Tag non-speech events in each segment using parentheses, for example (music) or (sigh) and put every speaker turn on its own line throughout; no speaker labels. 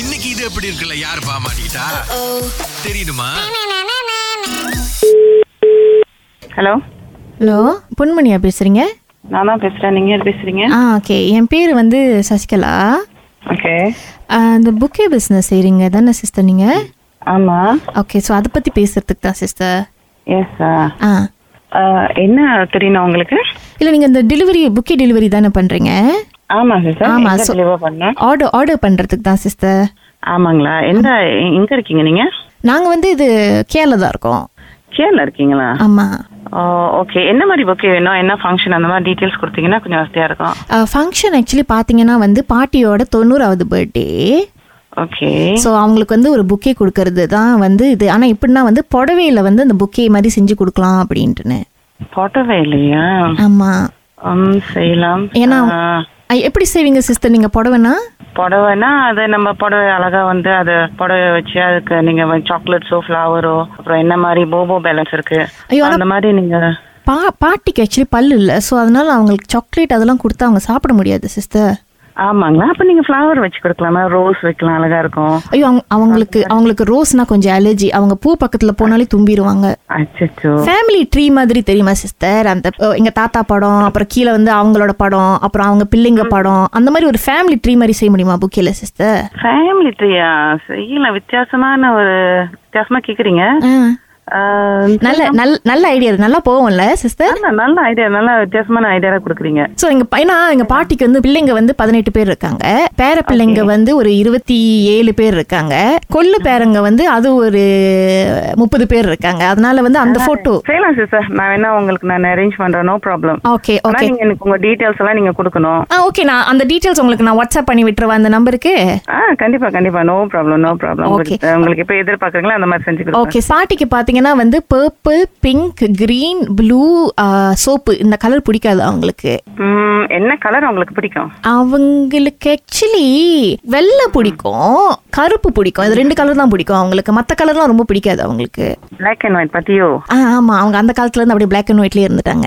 இன்னைக்கு இது எப்படி இருக்குல்ல யார் பாமாட்டா தெரியுமா
ஹலோ
ஹலோ பொன்மணியா பேசுறீங்க
நான் தான் பேசுகிறேன் நீங்கள் யார் பேசுகிறீங்க
ஆ ஓகே என் பேர் வந்து சசிகலா
ஓகே
ஆ, இந்த புக்கே பிஸ்னஸ் செய்கிறீங்க தானே சிஸ்டர் நீங்கள்
ஆமாம்
ஓகே ஸோ அதை பற்றி பேசுறதுக்கு தான் சிஸ்டர்
எஸ்
ஆ
என்ன தெரியணும் உங்களுக்கு
இல்லை நீங்கள் இந்த டெலிவரி புக்கே டெலிவரி தானே பண்ணுறீங்க
ஆமாம் சிஸ்டர்
ஆமா,
என்ன
so-
தெளிவாக பண்ணேன்
ஆர்டர் ஆர்டர் பண்ணுறதுக்கு தான் சிஸ்டர்
ஆமாங்களா எந்த எ- எங்க இருக்கீங்க நீங்கள்
நாங்கள் வந்து இது கேரளா தான் இருக்கோம்
கேரளா இருக்கீங்களா
ஆமாம்
ஓகே என்ன மாதிரி புக்கே வேணும் என்ன ஃபங்க்ஷன் அந்த மாதிரி டீட்டெயில்ஸ் கொடுத்தீங்கன்னா கொஞ்சம் வசதியாக இருக்கும்
ஃபங்க்ஷன் ஆக்சுவலி பார்த்தீங்கன்னா வந்து பாட்டியோட தொண்ணூறாவது பர்த்டே
ஓகே
ஸோ அவங்களுக்கு வந்து ஒரு புக்கே கொடுக்கறது தான் வந்து இது ஆனால் இப்படின்னா வந்து புடவையில வந்து அந்த புக்கே மாதிரி செஞ்சு கொடுக்கலாம் அப்படின்ட்டுன்னு
போட்டோவே இல்லையா
ஆமாம்
ம் செய்யலாம்
ஏன்னா
ஆ,
ஐ, எப்படி செய்வீங்க சிஸ்டர் நீங்க புடவைனா
புடவைன்னா அது நம்ம புடவை அழகா வந்து அது புடவை வச்சு அதுக்கு நீங்க சாக்லேட்ஸோ ஃப்ளவரோ அப்புறம் என்ன மாதிரி போபோ பேலன்ஸ் இருக்கு
ஐயோ, ஆனா-
அந்த மாதிரி நீங்க
பா பாட்டிக்கு ஆக்சுவலி பல்லு இல்லை ஸோ அதனால அவங்களுக்கு சாக்லேட் அதெல்லாம் கொடுத்தா அவங்க சாப்பிட முடியாது சிஸ்டர்
ஆமாங்களா அப்ப நீங்க ஃப்ளவர் வச்சு கொடுக்கலாமா ரோஸ் வைக்கலாம் அழகா இருக்கும்
ஐயோ அவங்க அவங்களுக்கு அவங்களுக்கு ரோஸ்னா கொஞ்சம் அலர்ஜி அவங்க பூ பக்கத்துல போனாலே தும்பிடுவாங்க
அச்சோ
ஃபேமிலி ட்ரீ மாதிரி தெரியுமா சிஸ்டர் அந்த அஹ், எங்க தாத்தா படம் அப்புறம் கீழே வந்து அவங்களோட படம் அப்புறம் அவங்க பிள்ளைங்க படம் அந்த மாதிரி ஒரு ஃபேமிலி ட்ரீ மாதிரி செய்ய முடியுமா புக்கில சிஸ்டர்
ஃபேமிலி ட்ரீயா செய்யல வித்தியாசமான ஒரு வித்தியாசமா கேக்குறீங்க ஆஹ்,
நல்ல நல்ல நல்ல ஐடியா நல்லா போவோம்ல சிஸ்டர்
நல்ல- நல்ல ஐடியா நல்ல வித்தியாசமான ஐடியா கொடுக்குறீங்க
ஸோ எங்க பையனா எங்க பாட்டிக்கு வந்து பிள்ளைங்க வந்து பதினெட்டு பேர் இருக்காங்க பேர பிள்ளைங்க வந்து ஒரு இருபத்தி ஏழு பேர் இருக்காங்க கொள்ளு பேரங்க வந்து அது ஒரு முப்பது பேர் இருக்காங்க அதனால வந்து அந்த போட்டோ
செய்யலாம் சிஸ்டர் நான் வேணா உங்களுக்கு நான் அரேஞ்ச் பண்றேன் நோ ப்ராப்ளம்
ஓகே
ஆனா
ஓகே
நீங்க எனக்கு உங்க டீடைல்ஸ் எல்லாம் நீங்க கொடுக்கணும்
ஆ ஓகே நான் அந்த டீட்டெயில்ஸ் உங்களுக்கு நான் வாட்ஸ்அப் பண்ணி விட்டுருவேன் அந்த நம்பருக்கு
ஆ கண்டிப்பா கண்டிப்பா நோ ப்ராப்ளம் நோ ப்ராப்ளம் உங்களுக்கு உங்களுக்கு இப்ப எதிர்பார்க்கறீங்களா அந்த மாதிரி செஞ்சு கொடுப்பேன்
ஓகே பாட்டிக்கு பார்த்தீங்கன்னா வந்து பர்பிள் பிங்க் green ப்ளூ சோப்பு இந்த கலர் பிடிக்காது அவங்களுக்கு
ம், என்ன கலர் உங்களுக்கு பிடிக்கும்
அவங்களுக்கு ஆக்சுவலி வெள்ளை பிடிக்கும் கருப்பு பிடிக்கும் இது ரெண்டு கலர் தான் பிடிக்கும் அவங்களுக்கு மற்ற கலர்லாம் ரொம்ப பிடிக்காது அவங்களுக்கு
பிளாக் அண்ட் ஒயிட் பத்தியோ (laughs)
ஆ ஆமா அவங்க அந்த காலத்துல இருந்து அப்படியே பிளாக் அண்ட் ஒயிட்லயே இருந்துட்டாங்க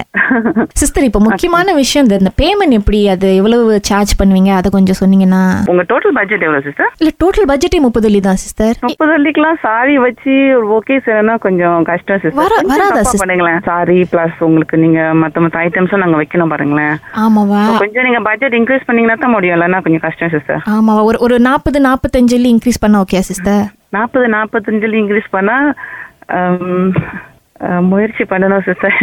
சிஸ்டர் இப்போ முக்கியமான விஷயம் இந்த- இந்த பேமெண்ட் எப்படி அது எவ்வளவு சார்ஜ் பண்ணுவீங்க அதை கொஞ்சம் சொன்னீங்கன்னா
உங்க டோட்டல் பட்ஜெட் எவ்வளவு சிஸ்டர்
இல்ல டோட்டல் பட்ஜெட்டே முப்பது வெள்ளி தான் சிஸ்டர்
முப்பது வள்ளிக்கெல்லாம் சாரி வச்சு ஒரு ஓகே சேரனா கொஞ்சம் கஷ்டம்
வர-
சிஸ்டர்
வராதா sister?
பண்ணுங்களேன் சாரி பிளஸ் உங்களுக்கு நீங்க மத்த மத்த ஐட்டம்ஸும் நாங்க வைக்கணும் பாருங்களேன்
ஆமாவா
கொஞ்சம் நீங்க பட்ஜெட் இன்க்ரீஸ் பண்ணீங்கன்னா தான் முடியும் இல்லைன்னா கொஞ்சம் கஷ்டம் சிஸ்டர்
ஆமாவா ஒரு ஒரு நாற்பது நாற்பத்தஞ்சு வெள்ளி இன்க்ரீஸ் பண்ண ஓகே சிஸ்டர்
நாற்பது நாற்பத்தஞ்சுல இன்க்ரீஸ் பண்ணா ஹம், அஹ், முயற்சி பண்ணணும் சிஸ்டர்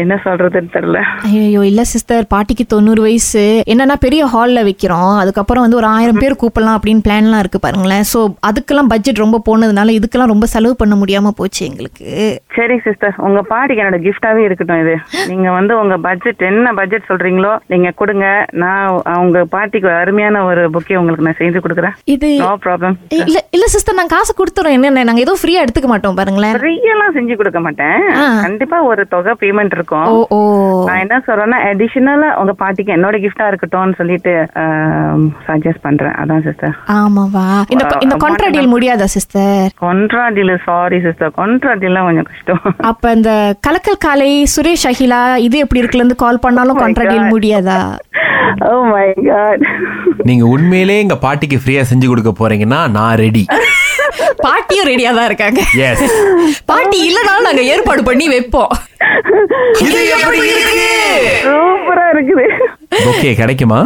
என்ன சொல்றதுன்னு தெரியல
ஐயோ இல்ல சிஸ்டர் பாட்டிக்கு தொண்ணூறு வயசு என்னன்னா பெரிய ஹால்ல வைக்கிறோம் அதுக்கப்புறம் வந்து ஒரு ஆயிரம் பேர் கூப்பிடலாம் அப்படின்னு பிளான்லாம் இருக்கு பாருங்களேன் ஸோ அதுக்கெல்லாம் பட்ஜெட் ரொம்ப போனதுனால இதுக்கெல்லாம் ரொம்ப செலவு பண்ண முடியாம போச்சு எங்களுக்கு
சரி சிஸ்டர் உங்க பாட்டிக்கு என்னோட கிஃப்டாவே இருக்கட்டும் இது நீங்க வந்து உங்க பட்ஜெட் என்ன பட்ஜெட் சொல்றீங்களோ நீங்க கொடுங்க நான் அவங்க பாட்டிக்கு ஒரு அருமையான ஒரு புக்கே உங்களுக்கு நான் செஞ்சு கொடுக்குறேன்
இது
நோ ப்ராப்ளம்
இல்ல இல்ல சிஸ்டர் நாங்க காசு கொடுத்துறோம் என்ன நாங்க ஏதோ ஃப்ரீயா எடுத்துக்க மாட்டோம் பாருங்களேன்
ஃப்ரீயெல்லாம் செஞ்சு கொடுக்க மாட்டேன்
ஆ.
கண்டிப்பா ஒரு தொகை பேமெண்ட்
ஓ
இருக்கும்
ஓ
நான் என்ன சொல்றேன்னா அடிஷனலா உங்க பாட்டிக்கு என்னோட கிஃப்டா இருக்கட்டும்னு சொல்லிட்டு சஜஸ்ட் பண்றேன் அதான் சிஸ்டர்
ஆமாவா இந்த
ஆ,
இந்த
ஆமா,
கான்ட்ரா டீல் முடியாதா sister
contra deal sorry sister contra டீல்லாம் கொஞ்சம் கஷ்டம் (laughs)
அப்ப இந்த கலக்கல் காலை சுரேஷ் அகிலா இது எப்படி இருக்குல இருந்து கால் பண்ணாலும் கான்ட்ரா டீல் முடியாதா
ஓ மை (laughs) காட்
நீங்க உண்மையிலே எங்க பாட்டிக்கு ஃப்ரீயா செஞ்சு கொடுக்க போறீங்கன்னா நான் ரெடி
பாட்டியும் ரெடியா தான் இருக்காங்க
எஸ்
பாட்டி இல்லனாலும் நாங்க ஏற்பாடு பண்ணி வைப்போம்
இது எப்படி இருக்கு
சூப்பரா இருக்குது
ஓகே கிடைக்குமா